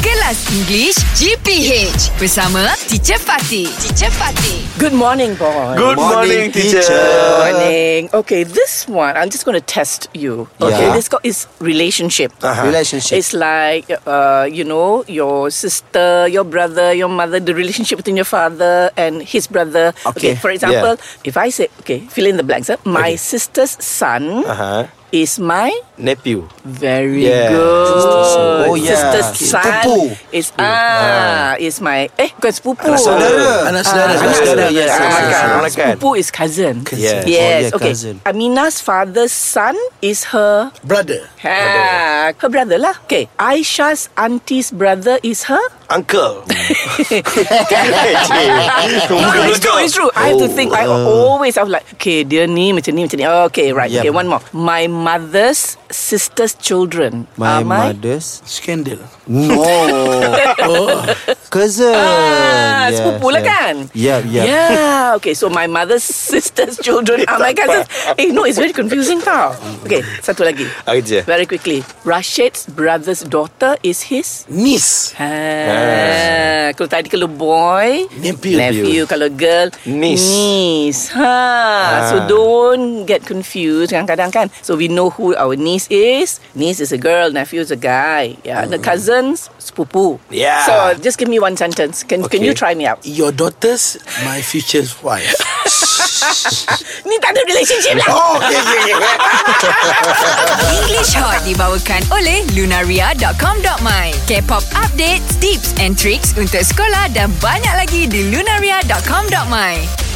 Kelas English GPH bersama Teacher Fatih. Teacher Fatih. Good morning, boy. Good morning, morning, teacher. teacher. morning. Okay, this one, I'm just going to test you. Okay, Yeah. this called is relationship. Uh-huh. Relationship. It's like, uh, you know, your sister, your brother, your mother, the relationship between your father and his brother. Okay. for example, if I say, okay, fill in the blanks. Huh? My sister's son Uh-huh. is my Nephew. very Yeah. good. Sister's son. Oh, yeah. Sister's son Sepupu. is ah, is my eh bukan sepupu. saudara. Anak saudara. Anak saudara. Yes, yes, Ah, yes, kan. yes, yes. Sepupu is cousin. Cousin. Yes. Yes. yes. Oh, yeah, okay. cousin. Amina's father's son is her. Brother. Ha, her brother lah. Okay. Aisha's auntie's brother is her. Uncle. Cik, No, no, Oh, it's true. It's true. Oh, I have to think. I uh. always. I'm like, okay, dia ni macam ni macam ni. Okay, right. Yep. Okay, one more. My mother's sister's children. My are mother's Scandal. No Cousin Oh. Ah, Yes, sepupu lah yes. Ya, kan? Yep yep yeah. Yeah. Okay, so my mother's sister's children are my cousins. Eh, no, it's very confusing tau. Okay, satu lagi. Okay, teacher. Very quickly. Rashid's brother's daughter is his? Niece. Ha. Kalau tadi kalau boy, Nephew. nephew. Kalau girl, Niece. Ah. niece. Ha. So don't get confused kadang-kadang kan. So we know who our niece is. Niece is a girl, nephew is a guy. Yeah, the cousins sepupu. Hmm. Yeah. So just give me one sentence. Can can you Okay. try me out? Your daughter's my future's wife. Ni tak ada relationship lah. oh, okay, okay, okay. English Hot dibawakan oleh lunaria.com.my. K-pop updates, tips and tricks untuk sekolah dan banyak lagi di lunaria.com.my.